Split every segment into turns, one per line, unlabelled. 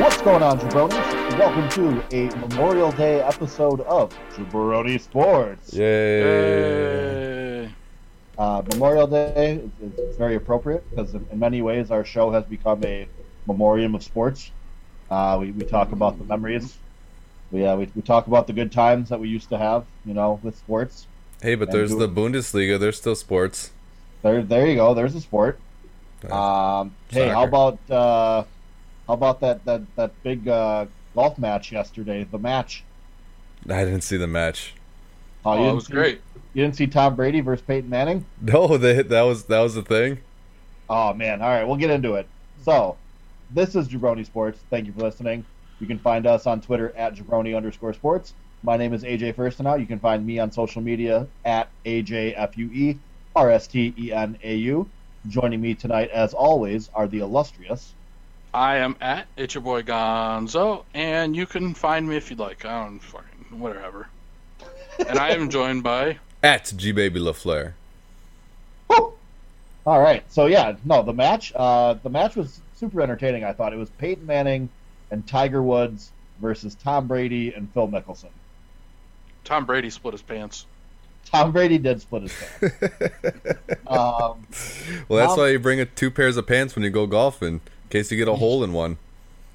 What's going on, jabronis? Welcome to a Memorial Day episode of Jabroni Sports.
Yay.
Yay.
Uh, Memorial Day is, is very appropriate because, in, in many ways, our show has become a memoriam of sports. Uh, we, we talk about the memories. We, uh, we, we talk about the good times that we used to have, you know, with sports.
Hey, but there's the Bundesliga. There's still sports.
There, there you go. There's a sport.
Uh,
Um, hey, how
Soccer.
about uh, how about that that that big uh, golf match yesterday? The match.
I didn't see the match.
Oh, you
Oh, it
didn't
was
see-
great.
You didn't see Tom Brady versus Peyton Manning?
No, they, that was that was the thing.
Oh man! All right, we'll get into it. So, this is Jabroni Sports. Thank you for listening. You can find us on Twitter at Jabroni underscore Sports. My name is AJ Firstenow. You can find me on social media at AJFUE R S T E N A U. Joining me tonight, as always, are the illustrious.
I am at it's your boy Gonzo, and you can find me if you'd like. I don't fucking whatever. and I am joined by
At G Baby LaFleur.
Woo! All right, so yeah, no, the match. Uh, the match was super entertaining. I thought it was Peyton Manning and Tiger Woods versus Tom Brady and Phil Mickelson.
Tom Brady split his pants.
Tom Brady did split his pants. um,
Well, that's
Mom-
why you bring a, two pairs of pants when you go golfing, in case you get a hole in one.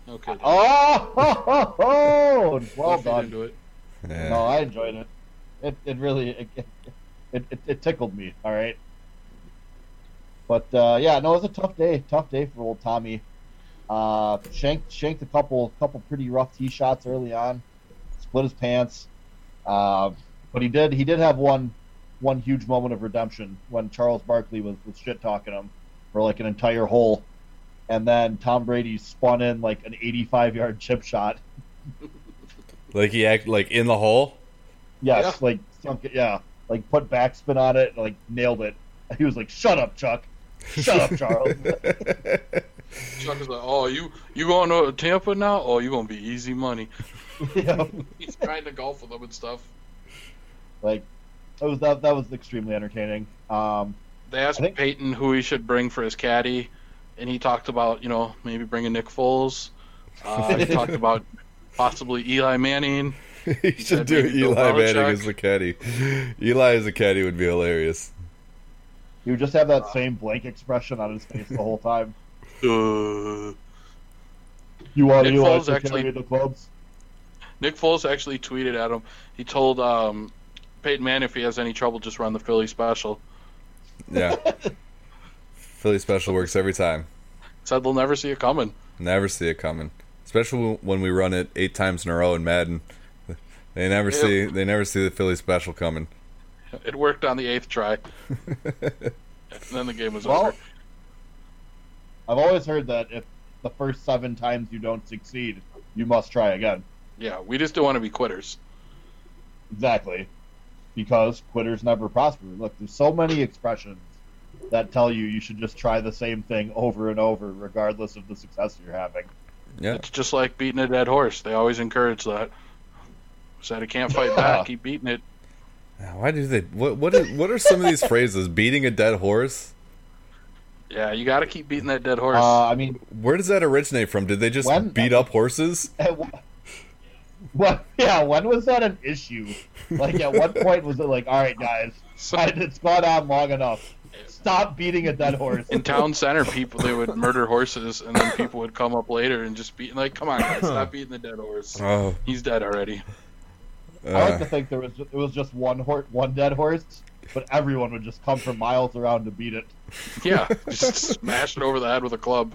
Okay. dude.
oh, ho, ho, ho! well
Don't feed
done.
into it.
Yeah.
No, I enjoyed it. It, it really it, it, it, it tickled me. All right, but uh, yeah, no, it was a tough day. Tough day for old Tommy. Uh, shanked shanked a couple couple pretty rough tee shots early on. Split his pants. Uh, but he did he did have one one huge moment of redemption when Charles Barkley was, was shit talking him for like an entire hole. And then Tom Brady spun in like an 85 yard chip shot
Like he act like in the hole.
Yes, like sunk it. Yeah, like put backspin on it, and, like nailed it. He was like, "Shut up, Chuck! Shut up, Charles!"
Chuck is like, oh, you you going to Tampa now? Oh, you gonna be easy money.
yeah.
He's trying to golf with them and stuff.
Like that was that, that was extremely entertaining. Um,
They asked
I think-
Peyton who he should bring for his caddy, and he talked about you know maybe bringing Nick Foles. Uh, he talked about possibly Eli Manning.
he should
said
do
maybe Bill
Eli Manning
Belichick.
as the caddy. Eli as a caddy would be hilarious.
he would just have that same blank expression on his face the whole time.
Uh,
You are
Nick
you
Foles
to
actually-
carry the clubs.
Nick Foles actually tweeted at him. He told um, Peyton Manning if he has any trouble, just run the Philly special.
Yeah. Philly special works every time.
Said they'll never see it coming.
Never see it coming, especially when we run it eight times in a row in Madden. They never see they never see the Philly special coming.
It worked on the eighth try. and then the game was
Well,
over.
I've always heard that if the first seven times you don't succeed, you must try again.
Yeah, we just don't want to be quitters.
Exactly, because quitters never prosper. Look, there's so many expressions that tell you you should just try the same thing over and over, regardless of the success you're having.
Yeah,
It's just like beating a dead horse. They always encourage that. Said it can't fight back. Keep beating it.
why do they? What what is, what are some of these phrases? Beating a dead horse.
Yeah, you got to keep beating that dead horse.
Uh, I mean,
Where does that originate from? Did they just
When-
beat up horses?
what? eh, Yeah, when was that an issue? Like, at what point was it like, all right, guys,
So-
it's gone on long enough. Stop beating a dead horse.
in town center, people they would murder horses, and then people would come up later and just be like, "Come on, guys, stop beating the dead horse.
Oh,
He's dead already."
I like to
uh,
think there was it was just one hor- one dead horse, but everyone would just come from miles around to beat it.
Yeah, just smash it over the head with a club.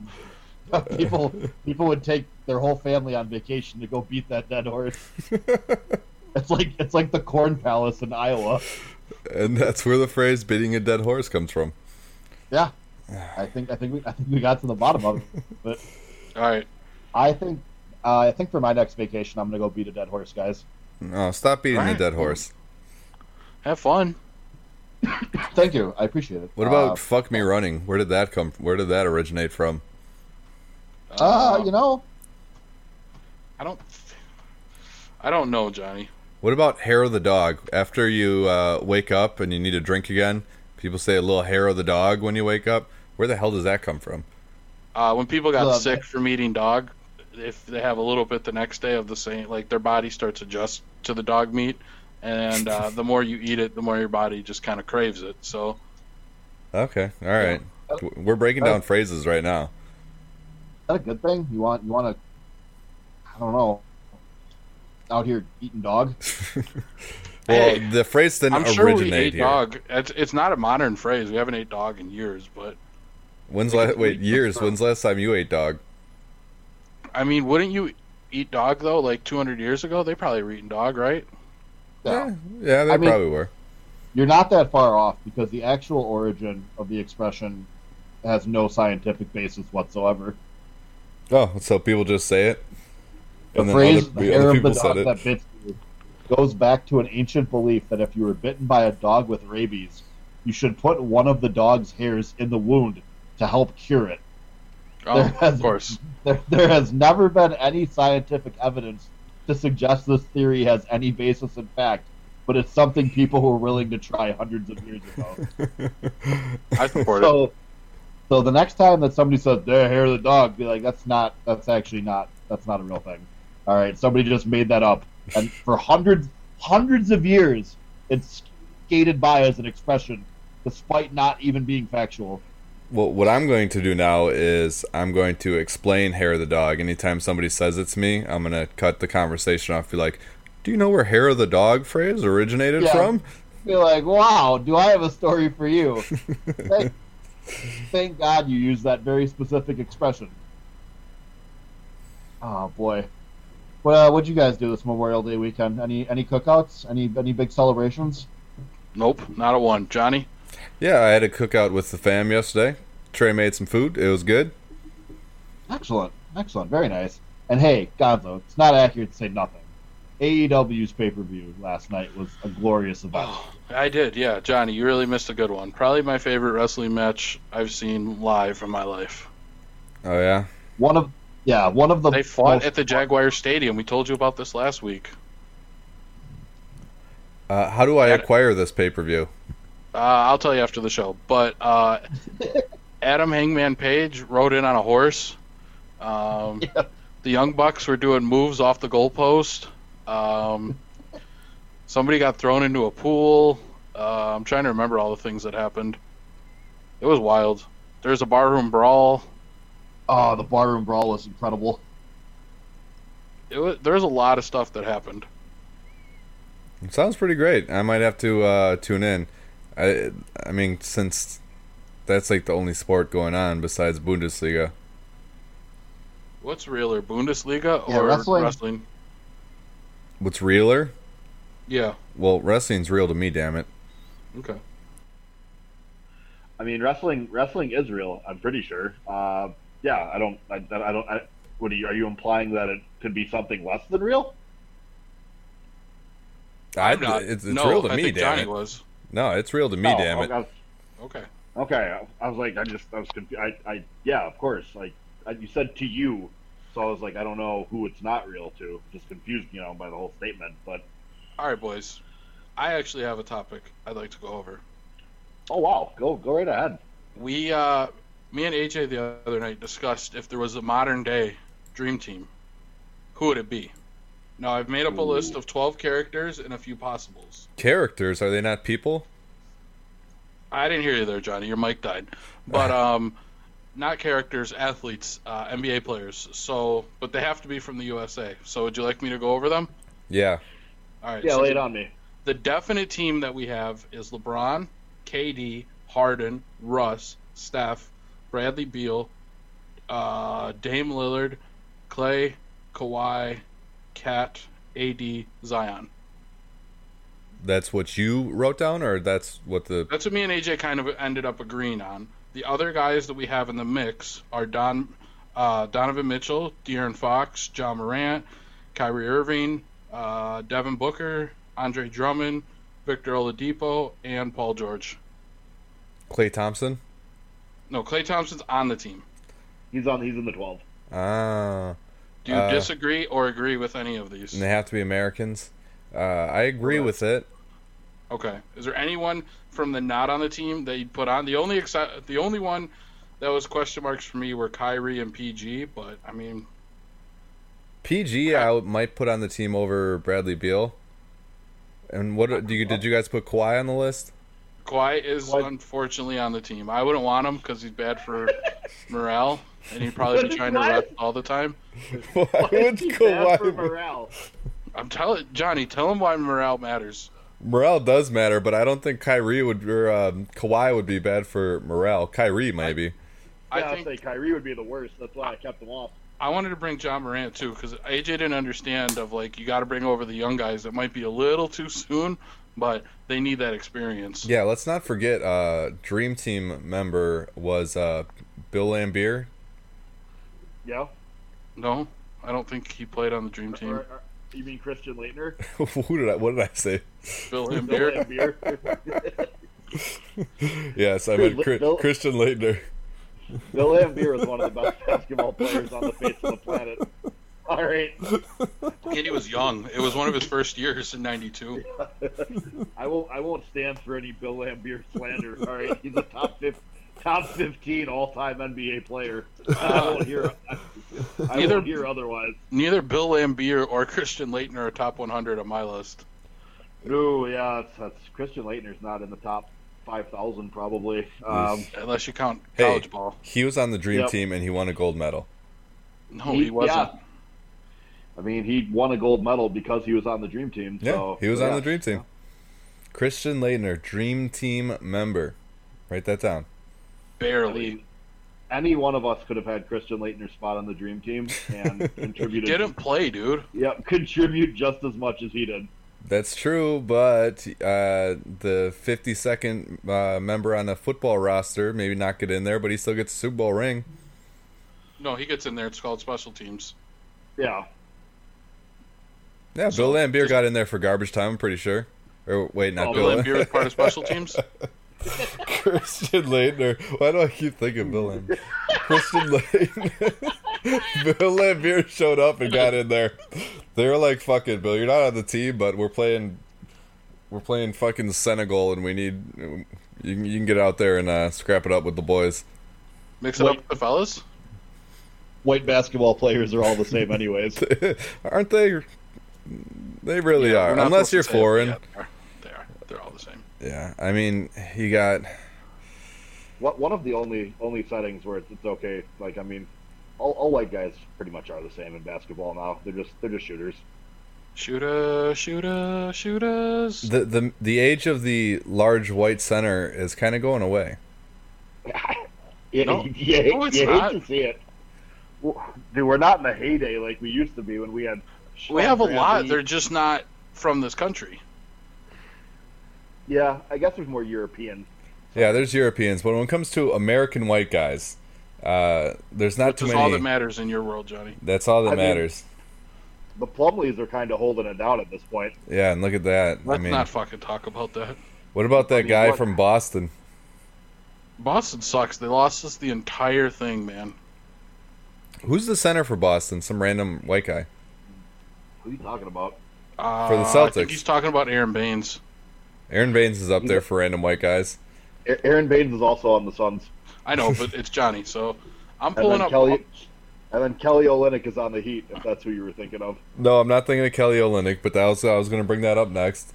people people would take their whole family on vacation to go beat that dead horse. it's like it's like the corn palace in Iowa.
and that's where the phrase "beating a dead horse" comes from.
Yeah, I think I think we I think we got to the bottom of it. But
All right.
I think uh, I think for my next vacation, I'm gonna go beat a dead horse, guys.
Oh, stop beating a
Alright.
dead horse.
Have fun.
Thank you, I appreciate it.
What about "fuck me running"? Where did that come? Where did that originate from?
Uh, uh, you know,
Um, I don't. I don't know, Johnny.
What about hair of the dog? After you uh, wake up and you need a drink again, people say a little hair of the dog when you wake up. Where the hell does that come from?
Uh, when people got
Look.
sick from eating dog, if they have a little bit the next day of the same, like their body starts adjust to the dog meat, and uh, the more you eat it, the more your body just kind of craves it. So
Okay. All right. We're breaking
Oh.
down phrases right now.
that a good thing? You want you want to? I don't know. Out here eating dog.
Well,
Hey,
the phrase didn't
I'm sure
originate
we ate
here.
dog. It's, it's not a modern phrase. We haven't ate dog in years, but
When's
Like,
la-
it's
wait
weak.
years? When's last time you ate dog?
I mean, wouldn't you eat dog though? Like 200 years ago, they probably were eating dog, right?
Yeah.
Eh, Yeah, they
I mean-
probably were.
You're not that far off because the actual origin of the expression has no scientific basis whatsoever.
Oh, so people just say it.
The
then
phrase
other-
"the
other
hair of
people
the
said
dog
it.
that bit you" goes back to an ancient belief that if you were bitten by a dog with rabies, you should put one of the dog's hairs in the wound to help cure it.
Oh,
There has-
of course.
There, there has never been any scientific evidence to suggest this theory has any basis in fact, but it's something people were willing to try hundreds of years ago.
I support it.
so, so the next time that somebody says "the hair of the dog," be like, "That's not. That's actually not. That's not a real thing." All right, somebody just made that up, and for hundreds, hundreds of years, it's skated by as an expression, despite not even being factual.
Well, what I'm going to do now is I'm going to explain hair of the dog. Anytime somebody says it's me, I'm going to cut the conversation off. Be like, do you know where hair of the dog phrase originated
Yeah.
from?
Be like, "Wow, do I have a story for you?" thank, thank God you used that very specific expression. Oh boy. Well, what'd you guys do this Memorial Day weekend? Any any cookouts? Any any big celebrations?
Nope, not a one. Johnny,
Yeah, I had a cookout with the fam yesterday. Trey made some food. It was good.
Excellent, excellent, very nice. And hey, Gonzo, it's not accurate to say nothing. AEW's pay per view last night was a glorious event.
Oh, I did, yeah. Johnny, you really missed a good one. Probably my favorite wrestling match I've seen live in my life.
Oh, yeah.
One of yeah, one of the
They fought
most-
at the Jaguar Stadium. We told you about this last week.
Uh, how do I
Yeah.
acquire this pay per view?
Uh, I'll tell you after the show. But uh, Adam Hangman Page rode in on a horse. Um,
Yeah.
The Young Bucks were doing moves off the goalpost. Um, somebody got thrown into a pool. Uh, I'm trying to remember all the things that happened. It was wild. There's a barroom brawl.
oh the barroom brawl was incredible.
It was, there's a lot of stuff that happened.
It sounds pretty great. I might have to uh, tune in. I, I mean, since that's like the only sport going on besides Bundesliga.
What's realer, Bundesliga
Yeah,
or
wrestling.
wrestling?
What's realer?
Yeah.
Well, wrestling's real to me, damn it.
Okay.
I mean, wrestling wrestling is real. I'm pretty sure. Uh, yeah, I don't. I, I don't. I, what are you? Are you implying that it could be something less than real?
I,
I'm not-
It's, it's
no,
real to
I
me,
think
damn
Johnny
it.
was.
No, it's real to me,
Oh,
damn it.
I was-
Okay.
Okay, I, I was like, I just, I was confused. I, I, yeah, of course. Like I, you said to you, so I was like, I don't know who it's not real to. Just confused, you know, by the whole statement. But
All right, boys. I actually have a topic I'd like to go over.
oh wow, go, go right ahead.
We, uh, me and AJ the other night discussed if there was a modern day dream team, who would it be? Now I've made up a list of 12 characters and a few possibles.
Characters, are they not people?
I didn't hear you there, Johnny. Your mic died. But um, not characters, athletes, uh, NBA players. So, but they have to be from the USA. So, would you like me to go over them?
Yeah.
All right.
Yeah,
so
lay it on me.
the definite team that we have is LeBron, KD, Harden, Russ, Steph, Bradley Beal, uh, Dame Lillard, Clay, Kawhi, Cat, AD, Zion.
That's what you wrote down, or that's what the.
That's what me and AJ kind of ended up agreeing on. The other guys that we have in the mix are Don, uh, Donovan Mitchell, De'Aaron Fox, John Morant, Kyrie Irving, uh, Devin Booker, Andre Drummond, Victor Oladipo, and Paul George.
Clay Thompson?
No, Clay Thompson's on the team.
He's on. He's in the twelve.
Ah.
Do you
Uh,
disagree or agree with any of these?
And they have to be Americans? Uh, I agree with it.
Okay. Is there anyone from the not on the team that you put on? The only exce- the only one that was question marks for me were Kyrie and PG, but I mean,
PG, I would- might put on the team over Bradley Beal. And what do you did you guys put Kawhi on the list?
Kawhi is
Kawhi-
unfortunately on the team. I wouldn't want him because he's bad for morale, and he'd probably
What
be
is
trying to
that?
rest all the time.
Why would
Bad for
Kawhi? be-
morale.
I'm telling Johnny, tell him why morale matters.
Morale does matter, but I don't think Kyrie would or um, Kawhi would be bad for morale. Kyrie maybe.
Yeah, I
I think
say Kyrie would be the worst. That's why I kept him off.
I wanted to bring John Morant too because AJ didn't understand of like you got to bring over the young guys that might be a little too soon, but they need that experience.
Yeah, let's not forget. Uh, Dream Team member was uh, Bill Lambier.
Yeah.
No, I don't think he played on the Dream
Or,
Team.
or- you mean Christian Leitner?
Who did I? What did I say?
Bill
Bill
Lambier.
Lambier.
Yes, I meant Chris,
Bill-
Christian Leitner.
Bill Lambier is one of the best basketball players on the face of the planet. All right.
and he was young. It was one of his first years in '92.
I won't. I won't stand for any Bill Lambier slander. All right, he's a top fif- top fifteen all time NBA player. I won't hear. I, I
Neither-
won't hear otherwise.
Neither Bill Lambier or Christian Leitner are top 100 on my list.
No, yeah, that's, that's Christian Leitner's not in the top five thousand probably. Um,
Unless you count
Hey.
college ball.
He was on the Dream
Yep.
Team and he won a gold medal.
No,
He-
he wasn't.
I mean, he won a gold medal because he was on the Dream Team.
Yeah,
so,
he was on
yeah.
the Dream Team. Christian Leitner, Dream Team member. Write that down.
I
Barely.
mean, any one of us could have had Christian Leitner's spot on the Dream Team and
he
contributed.
didn't play, dude.
Yeah, contribute just as much as he did.
That's true, but uh, the 52nd uh, member on the football roster maybe not get in there, but he still gets a Super Bowl ring.
No, he gets in there. It's called special teams.
Yeah.
Yeah,
So,
Bill Lambier
just-
got in there for garbage time, I'm pretty sure. Or wait, not
Oh,
Bill
Bill
Lambier was part of special teams.
Christian Leitner. Why do I keep thinking Bill Lambier? Christian Leitner. Bill Lambier showed up and got in there. They were like, "Fuck it, Bill. You're not on the team, but we're playing. We're playing fucking Senegal, and we need you. Can, you can get out there and uh, scrap it up with the boys."
Mix it up
Wait.
with the fellas.
White basketball players are all the same, anyways.
Aren't they? They really
We're
are,
not
unless
supposed
you're
to say it,
foreign.
but yeah, they are. They are. They're all the same.
yeah, I mean, he got
What one of the only only settings where it's, it's okay? Like, I mean, all, all white guys pretty much are the same in basketball now. They're just they're just shooters.
Shooter, shooter, shooters.
the the the age of the large white center is kind of going away.
Yeah,
No.
yeah,
No, it's
you
not.
hate to see it. Well, Dude, we're not in the heyday like we used to be when we had.
we have a
Schlafranzi.
lot. They're just not from this country.
yeah. I guess there's more European.
Yeah, there's Europeans, but when it comes to American white guys, uh, there's not
Which
too
is
many.
all that matters in your world, Johnny.
That's all that
I mean-
matters.
The Plumleys are kind of holding it down at this point.
yeah, and look at that. I
Let's
mean,
not fucking talk about that.
what about that
I mean,
guy
what-
from Boston?
Boston sucks. They lost us the entire thing, man.
Who's the center for Boston? Some random white guy.
Who are you talking about?
Uh,
For the
I think
Celtics.
he's talking about Aaron Baines.
Aaron Baines is up there for random white guys.
A- Aaron Baines is also on the Suns,
I know, but it's Johnny. So I'm
and
pulling
then
up.
Kelly, and then Kelly Olynyk is on the Heat. If that's who you were thinking of.
No, I'm not thinking of Kelly Olynyk, but that was I was going to bring that up next.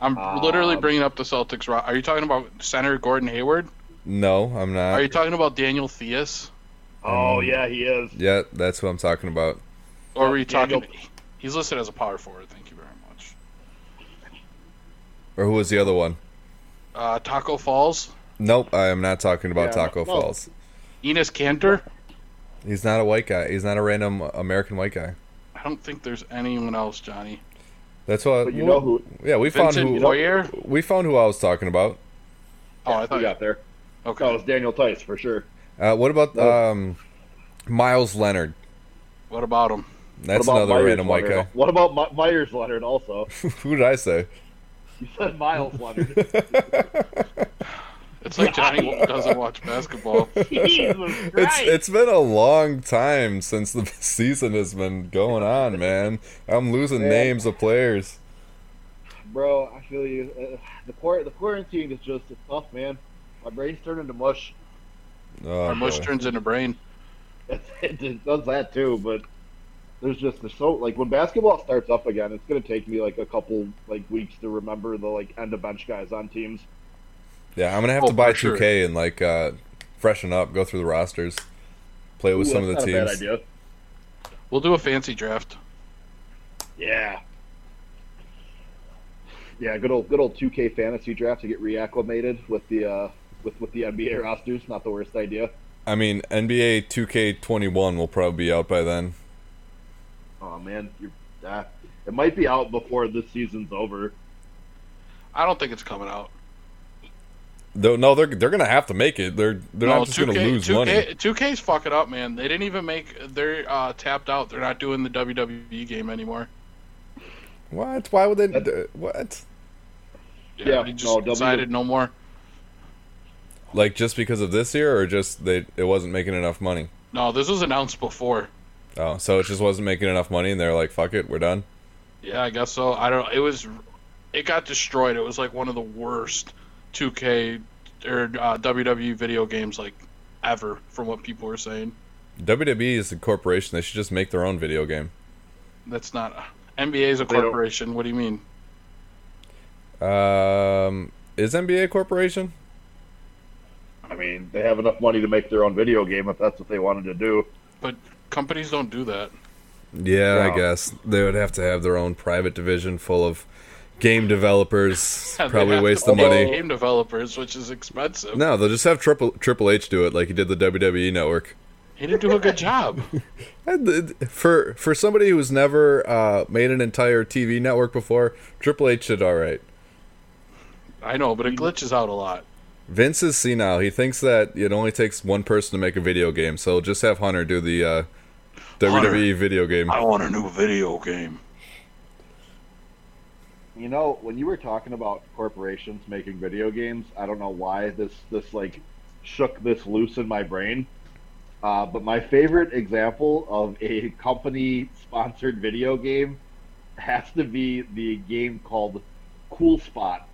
I'm
Uh,
literally bringing up the Celtics. ro- Are you talking about center Gordon Hayward?
No, I'm
Are you
not.
talking about Daniel Theus?
Oh yeah, he is.
Yeah, that's who I'm talking about.
Or are you
Daniel-
talking? He's listed as a power forward. Thank you very much.
Or who was the other one?
Uh, Taco Falls.
Nope, I am not talking about
Yeah,
Taco
no.
Falls.
Enos Cantor.
He's not a white guy. He's not a random American white guy.
I don't think there's anyone else, Johnny.
That's why.
But you know who
Yeah, we found
Vincent
who.
Poirier.
We found who I was talking about.
Oh, I thought.
we got there.
Okay.
No, Oh, it's Daniel Tice for sure.
Uh, what about
No.
um, Miles Leonard?
What about him?
That's
What about
another
Myers
random white
Leonard?
guy.
What about My- Myers Leonard also?
Who did I say?
You said Miles Leonard.
It's like Johnny doesn't watch basketball.
Oh, Jesus
It's
Christ.
it's been a long time since the season has been going on, man. I'm losing
Yeah.
names of players.
Bro, I feel you. Uh, the, quar- the quarantine is just it's tough, man. My brain's turning to mush.
Oh,
Our mush
boy.
turns into brain.
It, does that too, but there's just there's so like when basketball starts up again, it's gonna take me like a couple like weeks to remember the like end of bench guys on teams.
Yeah, I'm gonna have
Oh,
to buy
for sure.
2K and like uh, freshen up, go through the rosters, play with
Ooh,
some of the
that's not a bad
teams.
idea.
We'll do a fancy draft.
Yeah. Yeah, good old good old 2K fantasy draft to get reacclimated with the uh, with with the NBA rosters. Not the worst idea.
I mean, NBA 2K21 will probably be out by then.
Oh man, you're, ah, it might be out before this season's over.
I don't think it's coming out.
Though no, they're they're gonna have to make it. They're they're
no,
not just gonna lose
2K
money.
2K's fucking up, man. They didn't even make. They're uh, tapped out. They're not doing the WWE game anymore.
What? Why would they?
Uh,
d- What?
Yeah,
they just
no, W- E
decided no more.
Like just because of this year, or just they it wasn't making enough money?
No, this was announced before.
Oh, so it just wasn't making enough money, and they're like, "Fuck it, we're done."
Yeah, I guess so. I don't. It was. It got destroyed. It was like one of the worst 2K or uh, WWE video games like ever, from what people were saying.
WWE E is a corporation; they should just make their own video game.
That's not. NBA is a
They don't-
corporation. What do you mean?
Um, is NBA a corporation?
I mean, they have enough money to make their own video game if that's what they wanted to do.
But companies don't do that.
Yeah, I
No.
guess they would have to have their own private division full of game developers.
They
probably
have
waste
to
the
pay
money.
Game developers, which is expensive.
No, they'll just have Triple Triple H do it like he did the WWE network.
He didn't do a good job.
And th- For for somebody who's never uh, made an entire TV network before, Triple H did all right.
I know, but it glitches out a lot.
Vince is senile. He thinks that it only takes one person to make a video game, so just have Hunter do the uh, WWE video game.
want a new video game.
You know, when you were talking about corporations making video games, I don't know why this this like shook this loose in my brain. Uh, but my favorite example of a company sponsored video game has to be the game called Cool Spot,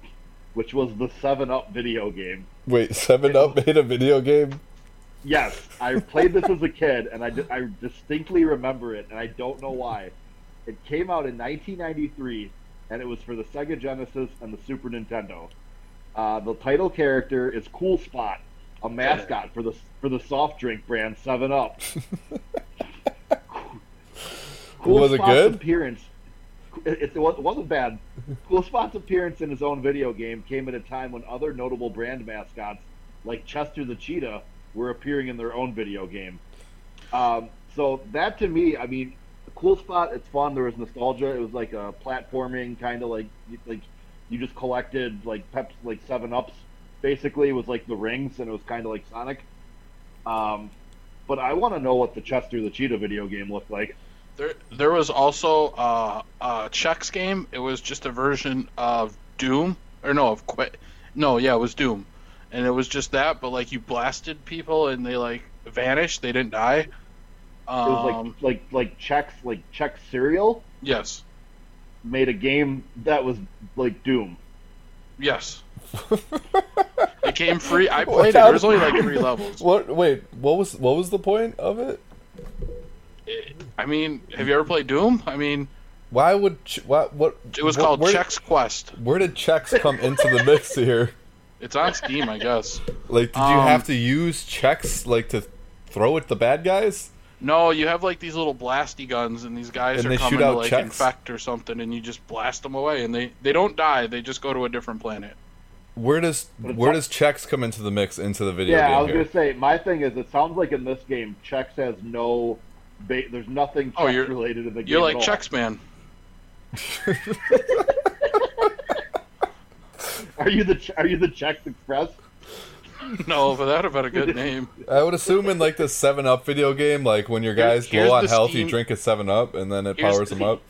which was the 7 Up video game.
Wait, Seven Up made a video game?
Yes, I played this as a kid, and I, di- I distinctly remember it, and I don't know why. It came out in 1993, and it was for the Sega Genesis and the Super Nintendo. Uh, the title character is Cool Spot, a mascot for the for the soft drink brand Seven Up.
Was it
Spot's
good?
Appearance. It, it, wa- it wasn't bad. Cool Spot's appearance in his own video game came at a time when other notable brand mascots, like Chester the Cheetah, were appearing in their own video game. Um, so that to me, I mean, a cool spot. It's fun. There was nostalgia. It was like a platforming kind of like like you just collected like peps like seven ups. Basically, it was like the rings, and it was kind of like Sonic. Um, but I want to know what the Chester the Cheetah video game looked like.
There, there was also uh, a checks game. It was just a version of Doom, or no, of Quit. No, yeah, it was Doom, and it was just that. But like you blasted people, and they like vanished. They didn't die.
It
Um,
was like like like checks like check cereal
yes,
made a game that was like Doom.
yes. it came free. I played it. There was only like three levels.
What? Wait, what was what was the point of it?
I mean, have you ever played Doom? I mean,
Why would ch- what what?
it was
wh-
called
where,
Checks Quest.
Where did checks come into the mix here?
It's on Steam, I guess.
Like, did you
Um,
have to use checks like to throw at the bad guys?
No, you have like these little blasty guns, and these guys
And
are
they
coming
shoot out
to like
checks?
infect or something, and you just blast them away, and they they don't die. They just go to a different planet.
Where does
But it's
where
not-
does checks come into the mix into the video
Yeah, I
game
was
here?
gonna say my thing is it sounds like in this game checks has no, ba- there's nothing
Oh,
checks
you're-
related to the game.
You're
at
like
all.
checks, man.
Are you the Ch- are you the checks express?
No, but that'd have been a good name.
I would assume in like the Seven Up video game, like when your guys
Here's- here's
go on
the
health, you
Steam-
drink a Seven Up, and then it
Here's
powers
the-
them up.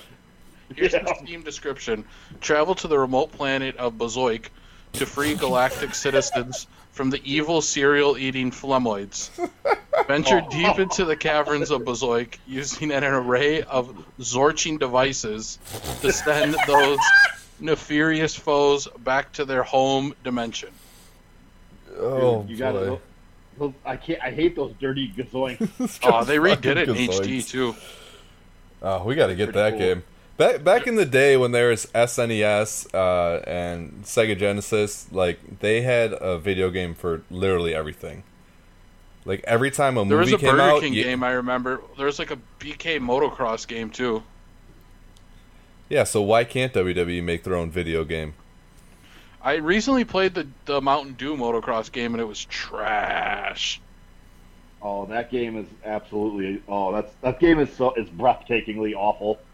Here's the
Yeah.
Steam description: Travel to the remote planet of Bazoik to free galactic citizens from the evil cereal-eating flemoids. Venture deep into the caverns of Bazoik using an array of zorching devices to send those nefarious foes back to their home dimension.
Oh
Dude,
boy!
those- those- I can't. I hate those dirty gazoinks.
Oh, they redid it in
Fucking gazoinks.
HD too.
Oh, we got to get
Pretty
that
cool.
game. Back back in the day when there was SNES uh, and Sega Genesis, like they had a video game for literally everything. Like every time a
There was
movie
a
came
Burger
out,
King
ye-
game I remember. There was like a BK motocross game too.
yeah. So why can't WWE make their own video game?
I recently played the the Mountain Dew motocross game and it was trash.
Oh, that game is absolutely. Oh, that's that game is so is breathtakingly awful.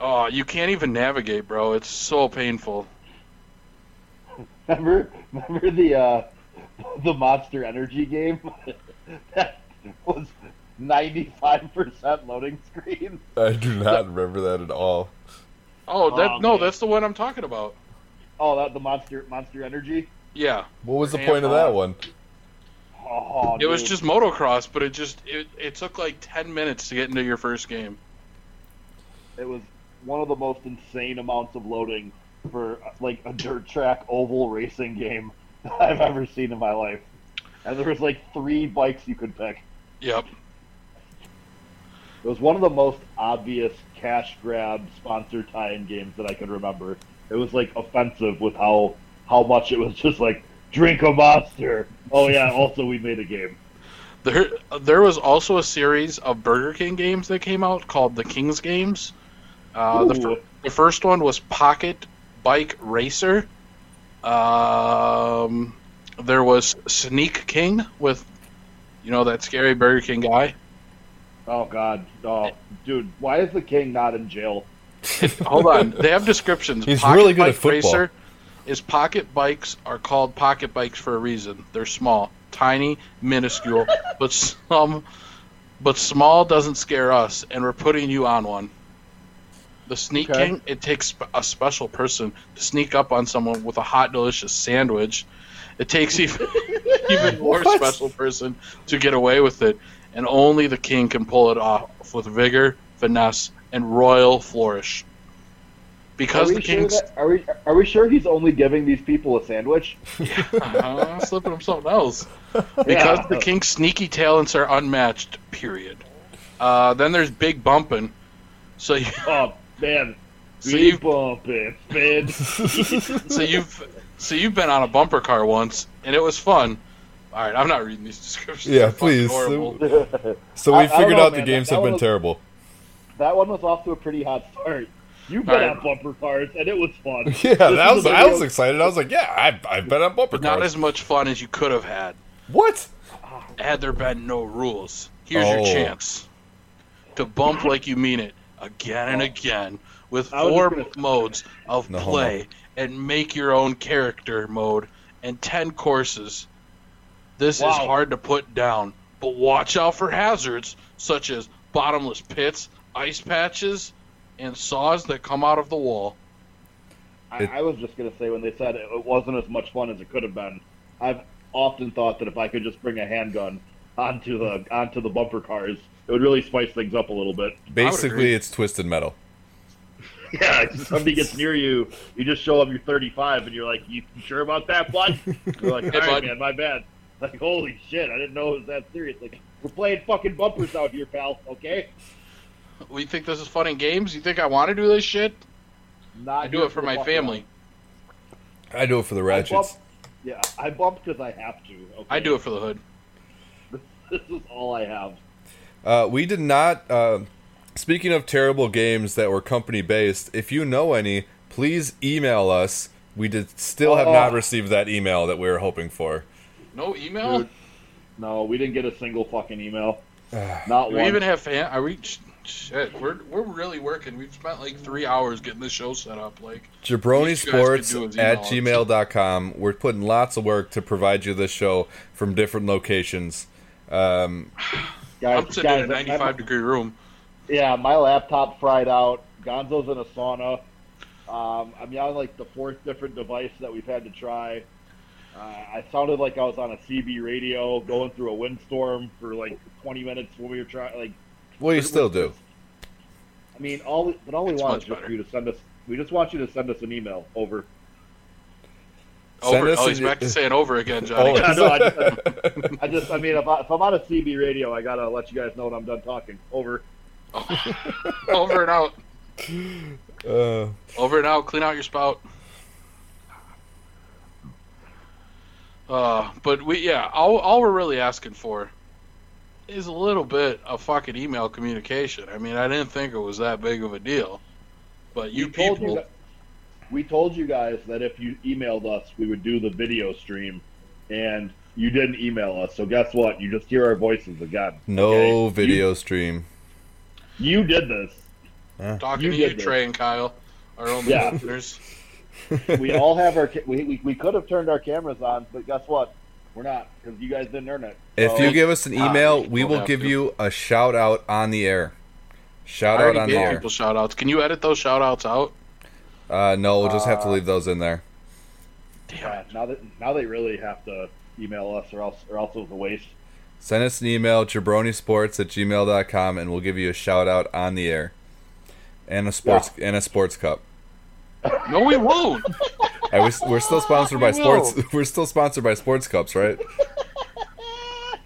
Oh, you can't even navigate, bro. It's so painful.
Remember, remember the uh, the Monster Energy game that was ninety five percent loading screen.
I do not remember that at all.
Oh, that
Oh,
no,
man.
that's the one I'm talking about.
Oh, that the Monster Monster Energy.
Yeah,
What was the
Damn,
point of
uh,
that one?
Oh,
it was
dude.
just motocross, but it just it, it took like ten minutes to get into your first game.
it was one of the most insane amounts of loading for like a dirt track oval racing game I've ever seen in my life. And there was like three bikes you could pick.
Yep.
It was one of the most obvious cash grab sponsor tie-in games that I could remember. It was like offensive with how how much it was just like drink a monster. Oh yeah, also we made a game.
There, there was also a series of Burger King games that came out called the King's Games. Uh, the,
Ooh.
fir- the first one was Pocket Bike Racer. Um, there was Sneak King with, you know, that scary Burger King guy.
Oh god, oh dude, why is the king not in jail?
Hold on, they have descriptions.
He's really good at football.
is pocket bikes are called pocket bikes for a reason. They're small, tiny, minuscule, but some, but small doesn't scare us, and we're putting you on one. The sneak
Okay.
king it takes sp- a special person to sneak up on someone with a hot, delicious sandwich. It takes even even more
What?
special person to get away with it, and only the king can pull it off with vigor, finesse, and royal flourish.
Are
Because the
we, sure
king's
that, are, we, are we sure he's only giving these people a sandwich?
uh, slipping him something else. Because
Yeah.
the king's sneaky talents are unmatched. Period. Uh, then there's big bumping. So you,
Oh man,
so
we
you
bump it, man.
so you've so you've been on a bumper car once, and it was fun. All right, I'm not reading these descriptions.
Yeah,
They're fucking
please.
horrible.
So
I- I
we
don't
figured
know,
out the
man.
games
That-
have
that
been
was-
terrible.
that one was off to a pretty hot start. You've
All
been
right.
on bumper cars, and it was fun.
Yeah, that
is
was
a
I
video-
was excited. I was like, yeah, I I bet on bumper
Not
cars.
as much fun as you could have had
What?
Ah,
had there been no rules. Here's
Oh.
your chance to bump like you mean it again and again with
I was
four
just
modes of
No, hold
play and make your own character mode and 10 courses. This is
Wow.
hard to put down, but watch out for hazards such as bottomless pits, ice patches, and saws that come out of the wall.
I,
It-
I was just gonna say when they said it wasn't as much fun as it could have been. I've often thought that if I could just bring a handgun onto the onto the bumper cars, it would really spice things up a little bit.
Basically,
agree.
it's twisted metal.
Yeah, if somebody gets near you, you just show them you're 35, and you're like, "You sure about that, bud?" You're like,
Hey,
"All right,
bud."
man, my bad." Like, holy shit, I didn't know it was that serious. Like, we're playing fucking bumpers out here, pal. Okay,
We think this is fun in games? You think I want to do this shit?
not
I do
here
it for
the
my
fuck
family.
I do it for the
around. I bump,
ratchets.
yeah, I bump because I have to. Okay?
I do it for the hood.
This is all I have.
Uh, we did not. Uh, speaking of terrible games that were company based, if you know any, please email us. We did still have not
Oh.
received that email that we were hoping for.
No email?
Dude, No, we didn't get a single fucking email. Not
Do
one.
we even have fan? Are we? sh- Shit, we're we're really working. We've spent like three hours getting this show set up. Like,
Jabroni
These guys could
Sports
do is
at
email
gmail.com. We're putting lots of work to provide you this show from different locations. Um,
guys,
I'm sitting in a
guys,
95
I'm-
degree room.
Yeah, my laptop fried out. Gonzo's in a sauna. Um, I'm on like the fourth different device that we've had to try. Uh, I sounded like I was on a CB radio going through a windstorm for like 20 minutes when we were trying. Like,
well, you still do.
I mean, all we- but all we
It's
want
much
is just
better.
for you to send us. We just want you to send us an email over.
Send
Over.
us
Oh,
an
he's
e-
back to saying over again, Johnny.
Yeah, no, I, I just, I mean, if, I, if I'm on a CB radio, I gotta let you guys know when I'm done talking. Over.
Oh.
Over and out.
Uh,
Over and out. Clean out your spout. Uh, but we, yeah, all, all we're really asking for is a little bit of fucking email communication. I mean, I didn't think it was that big of a deal, but you
we told
people,
you that, we told you guys that if you emailed us, we would do the video stream, and you didn't email us. So guess what? You just hear our voices again.
no
okay? You-
video stream.
You, did this.
talking
you
to you,
did this.
Trey and Kyle, our only
Yeah.
listeners.
We all have our. ca- We, we, we could have turned our cameras on, but guess what? We're not because you guys didn't earn it.
If
So-
you give us an
Ah,
email,
you
we
don't
will
have
give
to.
you a shout out on the air.
I
Shout out
already
on the
gave
air.
people shout outs. Can you edit those shout outs out?
Uh, no, we'll just have to
Uh,
leave those in there.
Yeah, Uh, now that now they really have to email us, or else or else it was a waste.
Send us an email, jabronisports at gmail.com, and we'll give you a shout out on the air. And a sports and a sports cup.
No, we won't.
I was, we're still sponsored by
We will.
sports. We're still sponsored by sports cups, right?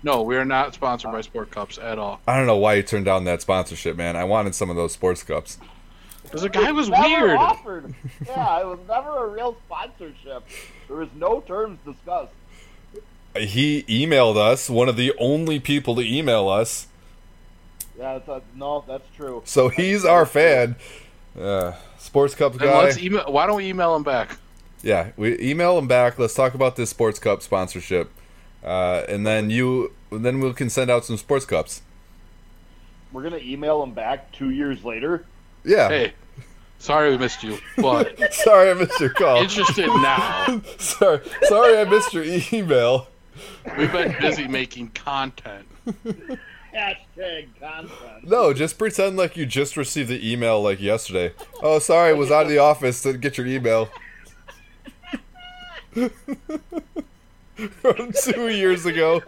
No, we are not sponsored by Sport Cups at all.
I don't know why you turned down that sponsorship, man. I wanted some of those sports cups.
Because the guy was
Never
weird.
Offered. Yeah, it was never a real sponsorship. There was no terms discussed.
He emailed us, one of the only people to email us.
Yeah, that's a, no, that's true.
So he's our fan. Uh, sports cup
Then let's e
guy.
email. Why don't we email him back?
Yeah, we email him back. Let's talk about this sports cup sponsorship, uh, and then you, then we can send out some sports cups.
We're gonna email him back two years later.
Yeah.
Hey, sorry we missed you, but
Sorry, I missed your call.
interested now.
sorry, sorry, I missed your e- email.
We've been busy making content.
Hashtag content.
No, just pretend like you just received the email like yesterday. Oh, sorry, I was out of the office. Didn't get your email. From two years ago.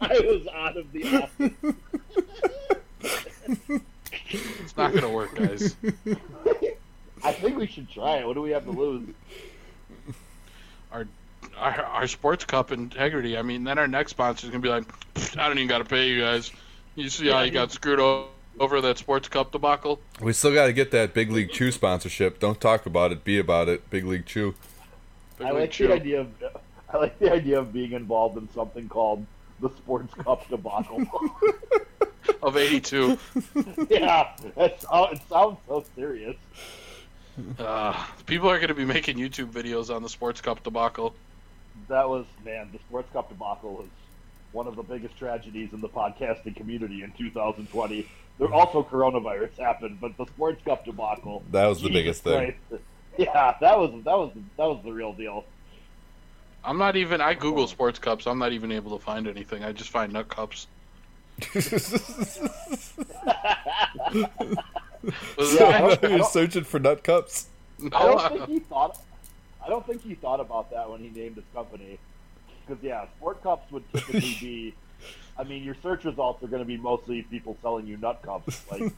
I was out of the office.
It's not gonna work, guys.
I think we should try it. What do we have to lose?
Our, our sports cup integrity. I mean, then our next sponsor is gonna be like, I don't even gotta pay you guys. You see how you got screwed o- over that sports cup debacle?
We still got to get that Big League Chew sponsorship. Don't talk about it. Be about it. Big League Chew.
Big
I
League
like
Chew.
the idea of I like the idea of being involved in something called the sports cup debacle.
of '82.
yeah, that's oh, it sounds so serious.
Uh, people are gonna be making YouTube videos on the sports cup debacle.
That was man, the sports cup debacle was one of the biggest tragedies in the podcasting community in 2020. There also coronavirus happened, but the sports cup debacle
That was the biggest thing.
Christ. Yeah, that was that was that was the real deal.
I'm not even. I Google sports cups. I'm not even able to find anything. I just find nut cups. Was
So
I
now
don't- I
you're
don't-
searching for nut cups.
no, uh,
I don't think he thought. I don't think he thought about that when he named his company. Because yeah, sport cups would typically be. I mean, your search results are going to be mostly people selling you nut cups. Like,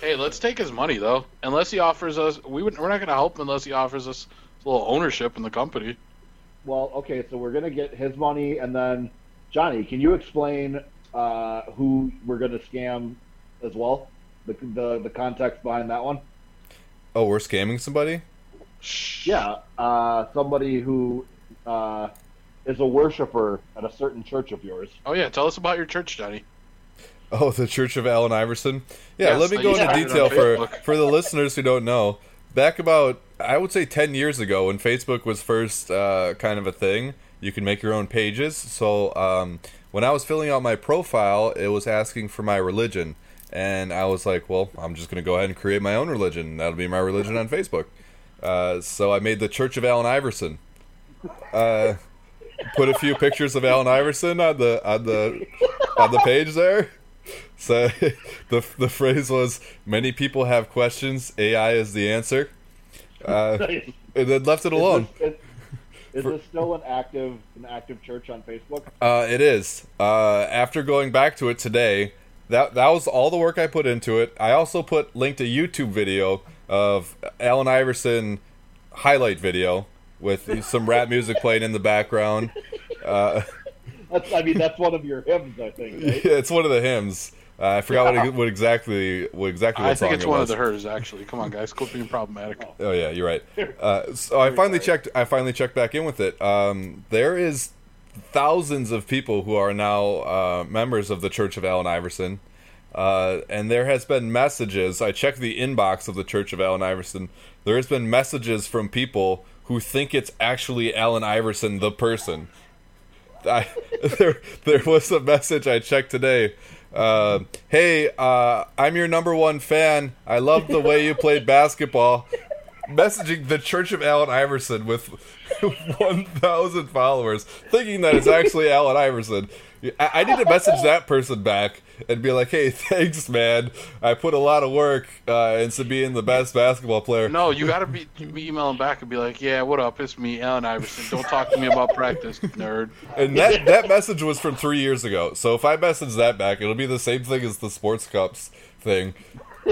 Hey, let's take his money though. Unless he offers us, we would, we're not going to help him unless he offers us a little ownership in the company.
well, okay, so we're going to get his money, and then Johnny, can you explain uh, who we're going to scam as well? The, the the context behind that one?
Oh, we're scamming somebody?
Yeah, uh, somebody who uh, is a worshiper at a certain church of yours.
Oh yeah, tell us about your church, Johnny.
Oh, the Church of Allen Iverson. Yeah,
Yes,
let me
I
go
used
into
to find it
detail
on
for
Facebook.
for the listeners who don't know. Back about I would say ten years ago, when Facebook was first uh, kind of a thing, you can make your own pages. So um, when I was filling out my profile, it was asking for my religion, and I was like, "Well, I'm just going to go ahead and create my own religion. That'll be my religion on Facebook." Uh, so I made the Church of Allen Iverson. Uh, put a few pictures of Allen Iverson on the on the on the page there. So the the phrase was many people have questions. AI is the answer. Uh, and then left it alone.
Is, this- is- is this still an active an active church on Facebook?
Uh, it is. Uh, after going back to it today, that that was all the work I put into it. I also put linked a YouTube video of Allen Iverson highlight video with some rap music playing in the background. Uh,
That's I mean that's one of your hymns, I think.
yeah,
Right?
it's one of the hymns. Uh, I forgot what, what exactly what exactly. What
I think
song
it's
it
one
was.
of the hers, actually. Come on, guys, quit being problematic.
Oh yeah, you're right. Uh, so I finally checked. I finally checked back in with it. Um, there is thousands of people who are now uh, members of the Church of Allen Iverson, uh, and there has been messages. I checked the inbox of the Church of Allen Iverson. There has been messages from people who think it's actually Allen Iverson, the person. I, there, there was a message I checked today. Uh, hey, uh, I'm your number one fan. I love the way you played basketball. Messaging the Church of Allen Iverson with 1,000 followers, thinking that it's actually Allen Iverson. I, I need to message that person back and be like, "Hey, thanks, man. I put a lot of work uh, into being the best basketball player."
No, you gotta be, be emailing back and be like, "Yeah, what up? It's me, Allen Iverson. Don't talk to me about practice, nerd."
And that that message was from three years ago. So if I message that back, it'll be the same thing as the sports cups thing.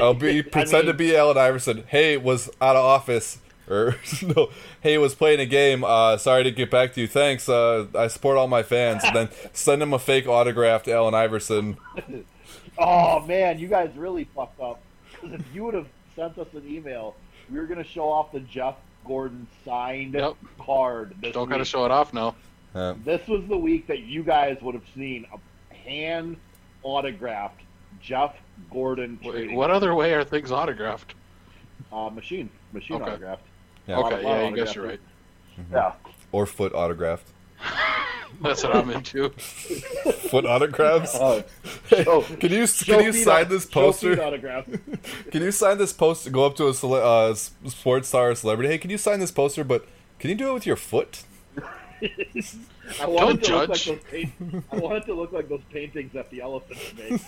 I'll be pretend to be Allen Iverson. Hey, was out of office or no? Hey, was playing a game. Uh, sorry to get back to you. Thanks. Uh, I support all my fans. And then send him a fake autographed Allen Iverson.
Oh man, you guys really fucked up. Because if you would have sent us an email, we were gonna show off the Jeff Gordon signed
Yep.
card. This
Don't gotta
week.
show it off now.
Uh,
This was the week that you guys would have seen a hand autographed Jeff Gordon
Wait,
trading,
what other way are things autographed?
uh, machine machine
Okay.
autographed.
Yeah.
Okay,
Lot of
yeah, I guess
autographed.
you're right.
Yeah,
or foot autographed.
That's what I'm into.
Foot autographs.
Oh. Show-
can you
show
can you
feet
sign
au-
this
show
poster?
feet autographed.
Can you sign this poster? Go up to a cele- uh, s- sports star or celebrity. Hey, can you sign this poster? But can you do it with your foot?
I want it to
Don't
look like
judge.
those paint- I want it to look like those paintings that the elephants make.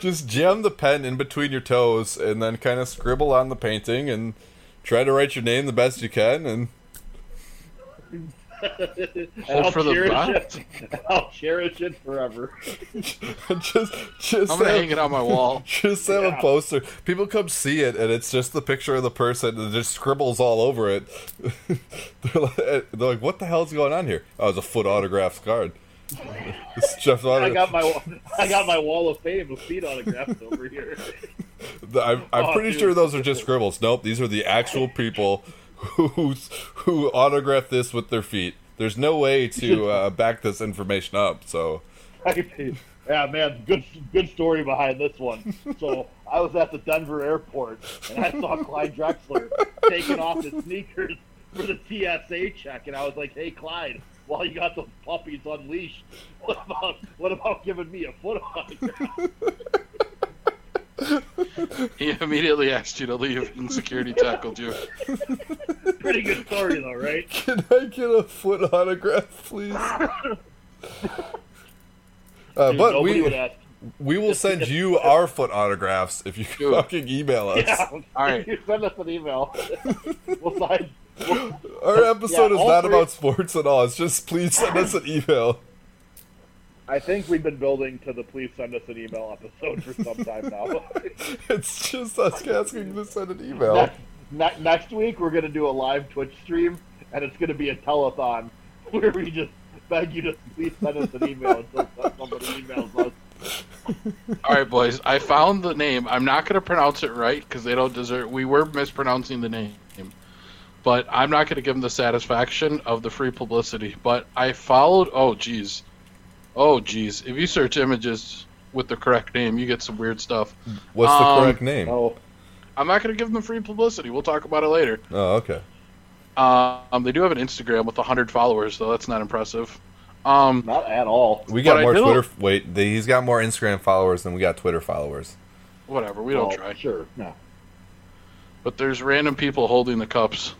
Just jam the pen in between your toes and then kind of scribble on the painting and try to write your name the best you can. And
And
for the
cherish
best.
it. I'll cherish it forever.
just just
I'm gonna
have-
hang it on my wall.
Just have a
Yeah.
poster. People come see it, and it's just the picture of the person, and there's scribbles all over it. they're, like, eh, they're like, "What the hell's going on here?" Oh, it's a foot autographed card. It's Jeff
I
autograph.
got my wa- I got my wall of fame with feet autographs over here.
The- I'm, I'm
Oh,
pretty
dude.
sure those are just scribbles. Nope, these are the actual people who who autographed this with their feet. There's no way to uh, back this information up. So
yeah, man, good good story behind this one. So I was at the Denver airport and I saw Clyde Drexler taking off his sneakers for the TSA check, and I was like, "Hey, Clyde, while you got those puppies unleashed, what about what about giving me a foot autograph?"
He immediately asked you to leave, and security tackled you.
Pretty good story though, right?
can I get a foot autograph, please? Uh,
Dude,
but
nobody would
we
ask.
we will send you our foot autographs if you
Dude.
fucking email us.
Yeah,
All right.
You send us an email. we'll sign. We'll,
Our episode
Yeah,
is
all
not
three-
about sports at all. It's just please send us an email.
I think we've been building to the please send us an email episode for some time now.
It's just us asking to send an email.
next, ne- next week, we're going to do a live Twitch stream, and it's going to be a telethon where we just beg you to please send us an email until somebody emails us.
All right, boys. I found the name. I'm not going to pronounce it right because they don't deserve. We were mispronouncing the name, but I'm not going to give them the satisfaction of the free publicity. But I followed. Oh, geez. Oh, geez. If you search images with the correct name, you get some weird stuff.
What's the
Um,
correct name? Oh,
Oh,
I'm not going to give them the free publicity. We'll talk about it later.
Oh, okay.
Um, they do have an Instagram with 100 followers, though. That's not impressive. Um,
not at all.
We got
But I
more
do-
Twitter. Wait, the, he's got more Instagram followers than we got Twitter followers.
whatever. We don't
Oh,
try.
Sure. No.
But there's random people holding the cups.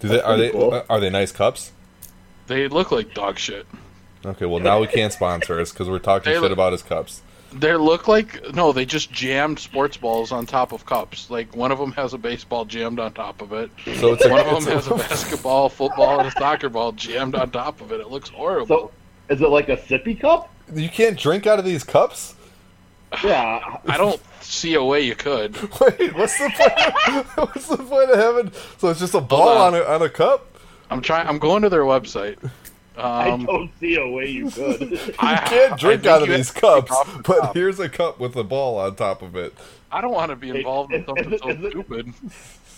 Do they are
pretty
they
cool.
uh, are they nice cups?
They look like dog shit.
Okay, well now we can't sponsor us because we're talking
They
shit
look-
about his cups.
They look like no, they just jammed sports balls on top of cups. Like one of them has a baseball jammed on top of it.
So it's a,
One of them
it's a-
has a basketball, football, and a soccer ball jammed on top of it. It looks horrible.
So, is it like a sippy cup?
you can't drink out of these cups.
Yeah.
I don't see a way you could.
Wait, what's the point? what's the point of having? So it's just a ball on
on.
a, on a cup.
I'm trying. I'm going to their website.
I
Um,
don't see a way you could.
You
I- I
can't drink
think
out of
you
these
have to drink
cups,
off the
but
top.
here's a cup with a ball on top of it.
I don't want to be involved in
It-
something
it-
so
it-
stupid.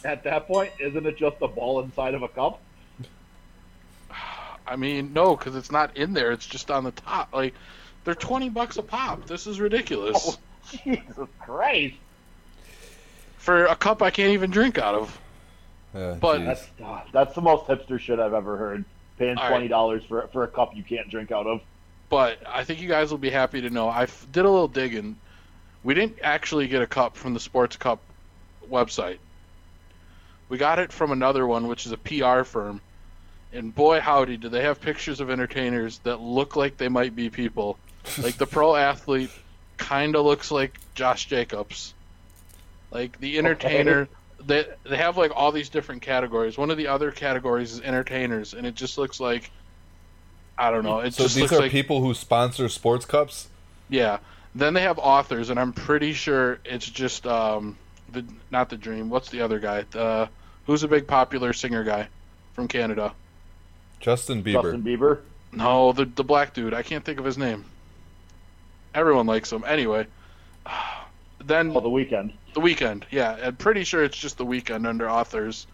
At that point, isn't it just a ball inside of a cup?
I mean, no, because it's not in there. It's just on the top. Like, they're twenty bucks a pop. This is
Oh.
ridiculous.
Jesus Christ!
For a cup, I can't even drink out of.
Ah,
But-
jeez.
That's ah, that's the most hipster shit I've ever heard. Paying
All right.
twenty dollars for for a cup you can't drink out of.
But I think you guys will be happy to know I f- did a little digging. We didn't actually get a cup from the Sports Cup website. We got it from another one, which is a PR firm. And boy, howdy, do they have pictures of entertainers that look like they might be people. Like the pro athlete kind of looks like Josh Jacobs. Like the entertainer, they they have like all these different categories. One of the other categories is entertainers, and it just looks like I don't know. It
so
just
these
looks
are
like
people who sponsor sports cups.
yeah. Then they have authors, and I'm pretty sure it's just um, the not the Dream. What's the other guy? Uh, who's a big popular singer guy from Canada?
Justin Bieber.
Justin Bieber.
No, the the black dude. I can't think of his name. Everyone likes him anyway. Then
Oh, the weekend.
the weekend, yeah. I'm pretty sure it's just the weekend under authors,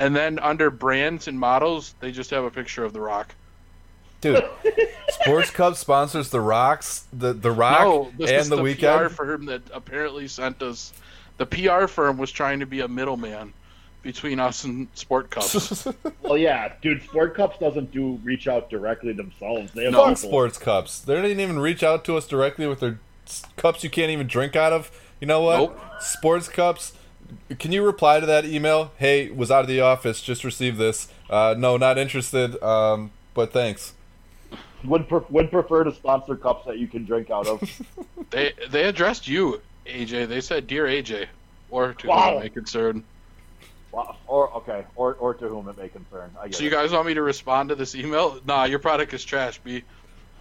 and then under brands and models, they just have a picture of The Rock.
Dude, sports cup sponsors the Rocks, the the Rock,
no, this
and
is
the,
the,
Weekend.
PR firm that apparently sent us. The PR firm was trying to be a middleman between us and Sport Cups.
Well, yeah, dude. Sport cups doesn't do reach out directly themselves. They have
Fuck
people.
sports cups. They didn't even reach out to us directly with their s- cups you can't even drink out of. You know what?
Nope.
Sports cups. Can you reply to that email? Hey, was out of the office. Just received this. Uh, no, not interested. Um, but thanks.
Would pre- would prefer to sponsor cups that you can drink out of.
they they addressed you, AJ. They said, "Dear AJ," or to
Wow.
whom I concern.
Wow. or okay, or or to whom it may concern. I get
So
it.
you guys want me to respond to this email? Nah, your product is trash, B.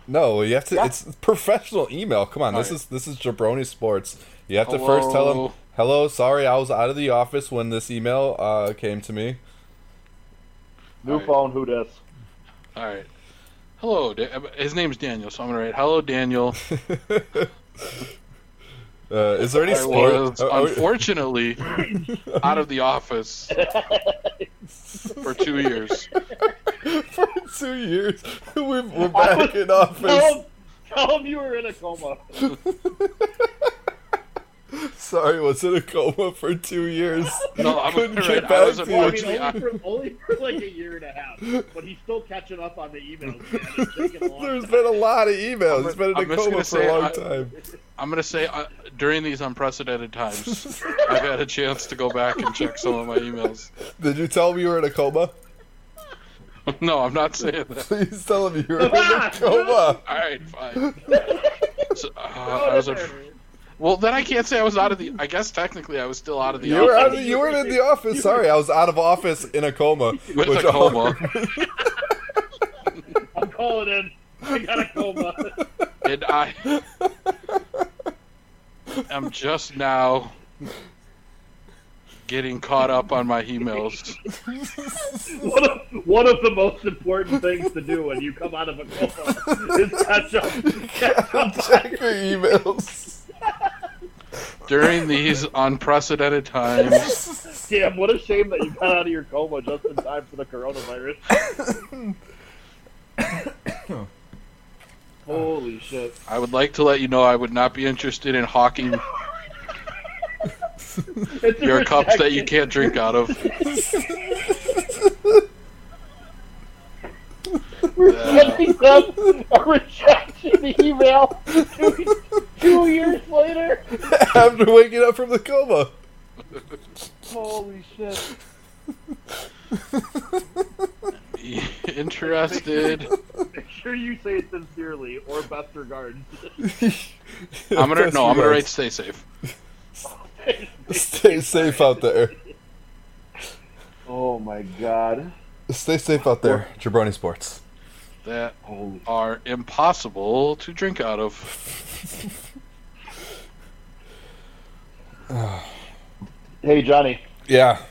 No, you have to.
Yeah.
It's professional email. Come on, this
Alright.
is this is Jabroni Sports. You have to first tell them,
Hello.
"Hello, sorry, I was out of the office when this email uh, came to me."
New
Alright.
phone, who dis?
All right. Hello, Da- his name's Daniel, so I'm gonna write, "Hello, Daniel."
Uh, is there any Oh,
I was
sport? are- are we-
unfortunately out of the office for two years.
for two years. We're, we're back in office.
tell him you were in a coma.
Sorry, was in a coma for two years.
No, I'm
Couldn't
right,
get
I
back
was
to
Well, I
you.
mean,
Actually,
only for,
I-
only for like a year and a half, but he's still catching up on the emails. Man. It's taking a long
There's
time.
been a lot of emails. He's been in a
I'm just
coma for
gonna say
a long
I-
time.
I'm gonna say uh, during these unprecedented times, I've had a chance to go back and check some of my emails.
Did you tell me you were in a coma?
no, I'm not saying that.
Please tell him you were in a coma.
All right, fine. So, uh, I was at, well, then I can't say I was out of the. I guess technically I was still out of the.
You were, out
office
of, you were in the office. Sorry, I was out of office in a coma.
with
which
a coma.
I'm calling in. I got a coma.
and I am just now getting caught up on my emails.
one, of, one of the most important things to do when you come out of a coma is catch up. Catch up.
Check your emails.
During these unprecedented times,
Damn, what a shame that you got out of your coma just in time for the coronavirus. Holy shit.
I would like to let you know I would not be interested in hawking
It's a
your cups that you
rejection.
can't drink out of.
sending them a rejection email two, two years later.
After waking up from the coma.
Holy shit.
interested.
Make sure you say it sincerely or best regards.
I'm gonna
Best
no. I'm gonna write
regards.
stay safe.
Stay safe out there.
oh my god.
Stay safe out there, Jabroni Sports.
That
Holy.
are impossible to drink out of.
Hey Johnny,
Yeah.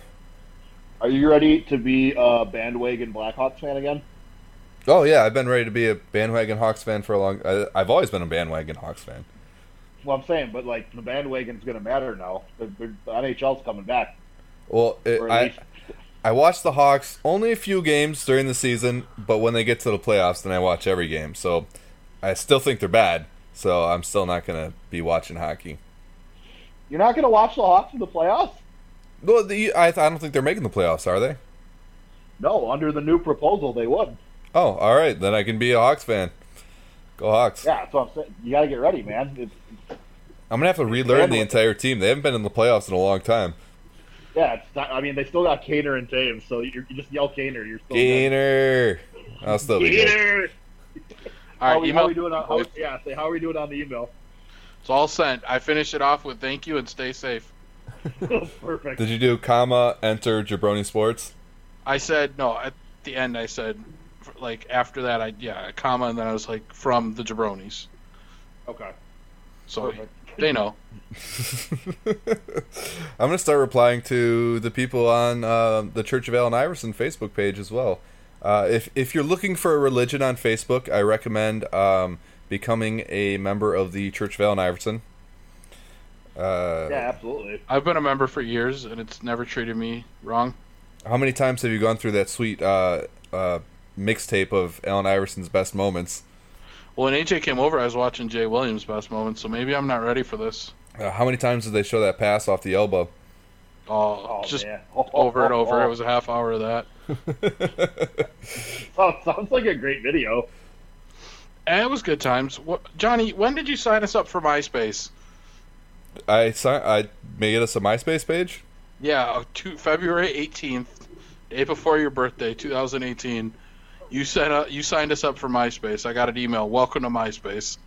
are you ready to be a bandwagon Blackhawks fan again?
Oh yeah, I've been ready to be a bandwagon Hawks fan for a long. I, I've always been a bandwagon Hawks fan.
Well, I'm saying, but like the bandwagon's going to matter now. The, the the NHL's coming back,
Well, it,
or at
I
least
I watch the Hawks only a few games during the season, but when they get to the playoffs, then I watch every game. So I still think they're bad. So I'm still not gonna be watching hockey.
you're not going to watch the Hawks in the playoffs.
Well, the, I, I don't think they're making the playoffs, are they?
No, under the new proposal, they would.
Oh, all right, then I can be a Hawks fan. Go Hawks!
Yeah, that's what I'm saying. You got to get ready, man. It's,
I'm gonna have to relearn the entire team. They haven't been in the playoffs in a long time.
yeah, it's not, I mean, they still got Kaner and Taves, so you you just yell Kaner. You're still good.
Gainer, I'll still be good.
Gainer.
All
how,
right,
we,
email.
how we doing on? How, yeah, say how are we doing on the email?
It's all sent. I finish it off with thank you and stay safe.
Perfect.
Did you do comma enter Jabroni Sports?
I said no at the end. I said f- like after that. I yeah, a comma, and then I was like from the jabronis.
Okay.
So
Perfect.
they know.
I'm gonna start replying to the people on uh, the Church of Allen Iverson Facebook page as well. Uh, if if you're looking for a religion on Facebook, I recommend um, becoming a member of the Church of Allen Iverson. Uh,
Yeah, absolutely.
I've been a member for years, and it's never treated me wrong.
How many times have you gone through that sweet uh, uh, mixtape of Allen Iverson's best moments?
Well, when AJ came over, I was watching Jay Williams' best moments, so maybe I'm not ready for this.
Uh, how many times did they show that pass off the elbow?
Oh,
Oh,
just
man.
over and over. It was a half hour of that,
Oh, sounds like a great video.
and it was good times. What, Johnny, when did you sign us up for MySpace?
I si- I made us a MySpace page.
Yeah, uh, two, February 18th, day before your birthday, 2018. You sent uh, you signed us up for MySpace. I got an email. Welcome to MySpace.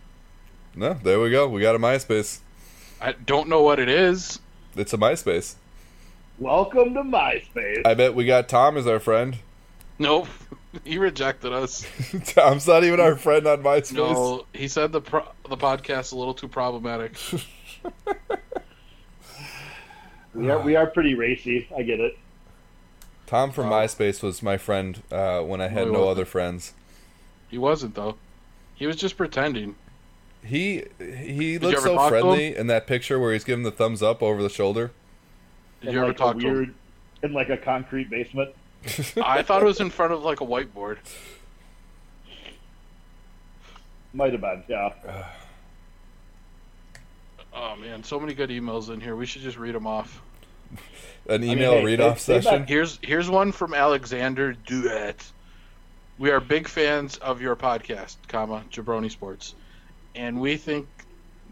No, there we go. We got a MySpace.
I don't know what it is.
It's a MySpace.
Welcome to MySpace.
I bet we got Tom as our friend.
Nope, he rejected us.
Tom's not even our friend on MySpace.
No, he said the pro- the podcast's a little too problematic.
We are we are pretty racy. I get it.
Tom from
Oh.
MySpace was my friend uh, when I had
he
no
wasn't.
other friends.
He wasn't though. He was just pretending.
He he
you
looks
ever
so
talk to him?
friendly in that picture where he's giving the thumbs up over the shoulder.
Did
In
you ever
like a
talk to him?
weird, in like a concrete basement.
I thought it was in front of like a whiteboard.
Might have been. Yeah.
Oh man, so many good emails in here. We should just read them off.
An
mean,
email
hey,
read off
they- they
session.
Here's here's one from Alexander Duet. We are big fans of your podcast, comma Jabroni Sports, and we think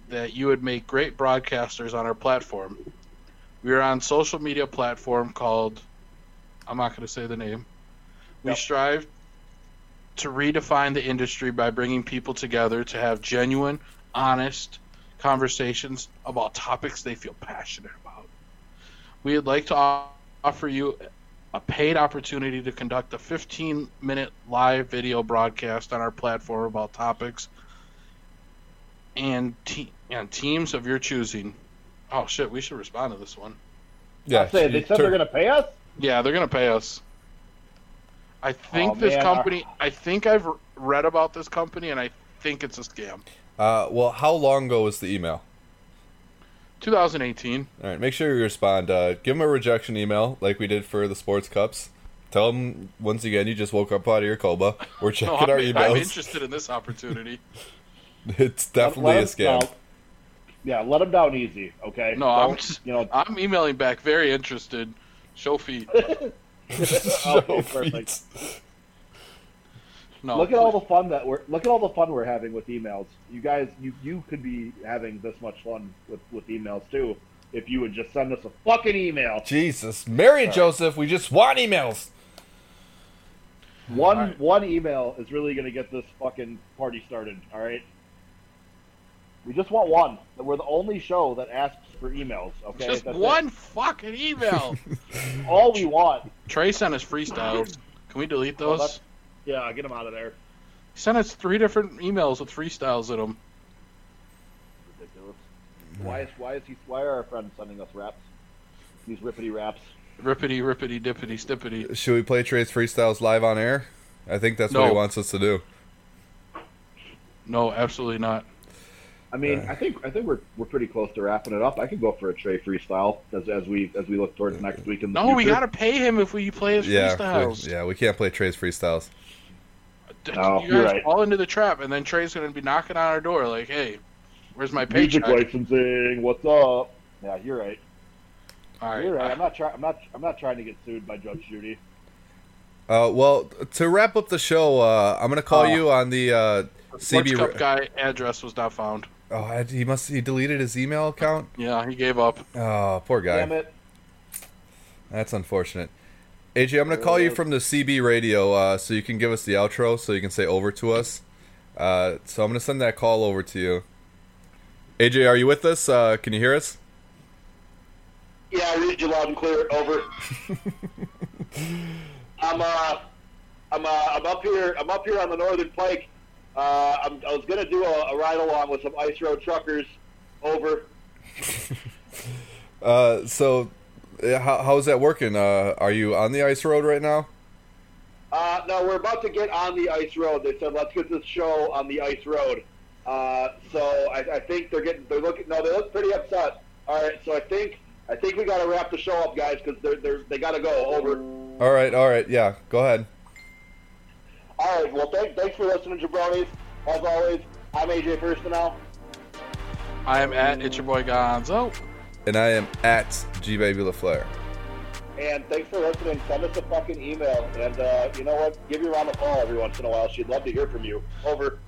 that you would make great broadcasters on our platform. We are on social media platform called I'm not going to say the name. We
Yep.
strive to redefine the industry by bringing people together to have genuine, honest conversations about topics they feel passionate about. We would like to off- offer you a paid opportunity to conduct a 15 minute live video broadcast on our platform about topics and, te- and teams of your choosing. Oh, shit, we should respond to this one.
yeah,
I say they
you
said
tur-
they're gonna pay us.
Yeah, they're gonna pay us. I think
Oh,
this
man,
company. I think I've r- read about this company, and I think it's a scam.
Uh, well, how long ago was the email?
2018.
All right, make sure you respond. Uh, give them a rejection email like we did for the sports cups. Tell them once again you just woke up out of your coma. We're
No,
checking
Oh, I'm,
our
I'm
emails.
interested in this opportunity.
It's definitely
Let
a
'em
scam.
down. yeah, let them down easy. Okay.
No, I'm
Don't,
just-
You know.
I'm emailing back, very interested. Show feet. Oh,
So
perfect.
feet.
No,
Look at all the fun that we're look at all the fun we're having with emails. You guys, you you could be having this much fun with with emails too if you would just send us a fucking email.
Jesus, Mary and Joseph, we just want emails.
One
Alright.
one email is really going to get this fucking party started. All right. We just want one. We're the only show that asks for emails. Okay.
just
That's it.
one fucking email.
All we want.
Trey sent us freestyles. Can we delete
Well,
those?
that's- Yeah, get them out of there.
he sent us three different emails with freestyles in them.
Ridiculous. Why is why is he why are our friends sending us raps? These rippity raps.
Rippity, rippity, dippity, stippity.
Should we play Trey's freestyles live on air? I think that's
No.
what he wants us to do.
No, absolutely not.
I mean, I think I think we're we're pretty close to wrapping it up. I could go for a Trey freestyle as as we as we look towards next week in the
No, we
future.
gotta pay him if we play his
Yeah,
freestyles.
we, yeah, we can't play Trey's freestyles.
No,
you
you're
guys
right.
fall into the trap, and then Trey's gonna be knocking on our door like, "Hey, where's my
music
paycheck?"
licensing. What's up? Yeah, you're right.
All right,
You're right. I'm not trying. I'm not. I'm not trying to get sued by Judge Judy.
Uh, well, to wrap up the show, uh, I'm gonna call
Uh,
you on the uh,
Sports
CB.
Cup guy address was not found.
Oh, I- he must he deleted his email account.
Yeah, he gave up.
Oh, poor guy.
Damn it!
That's unfortunate. AJ, I'm going
There
to call
it
you
is.
from the CB radio uh, so you can give us the outro so you can say over to us. Uh, so I'm going to send that call over to you. AJ, are you with us? Uh, can you hear us?
Yeah, I read you loud and clear. Over. I'm uh, I'm uh, I'm up here. I'm up here on the northern pike. Uh, I'm, I was gonna do a, a ride along with some ice road truckers. Over.
Uh, so uh, how, how's that working? Uh, are you on the ice road right now?
Uh, no, we're about to get on the ice road. They said let's get this show on the ice road. Uh, so I, I think they're getting they're looking. No, they look pretty upset. All right, so I think I think we got to wrap the show up, guys, because they're, they're they got to go. Over.
All right, all right. Yeah, go ahead.
All right. Well, thank, thanks for listening, jabronis. As always, I'm AJ Firstenau.
I am at it's your boy Gonzo.
And I am at G Baby LaFleur.
And thanks for listening. Send us a fucking email. And uh, you know what? Give your mom a call every once in a while. She'd love to hear from you. Over.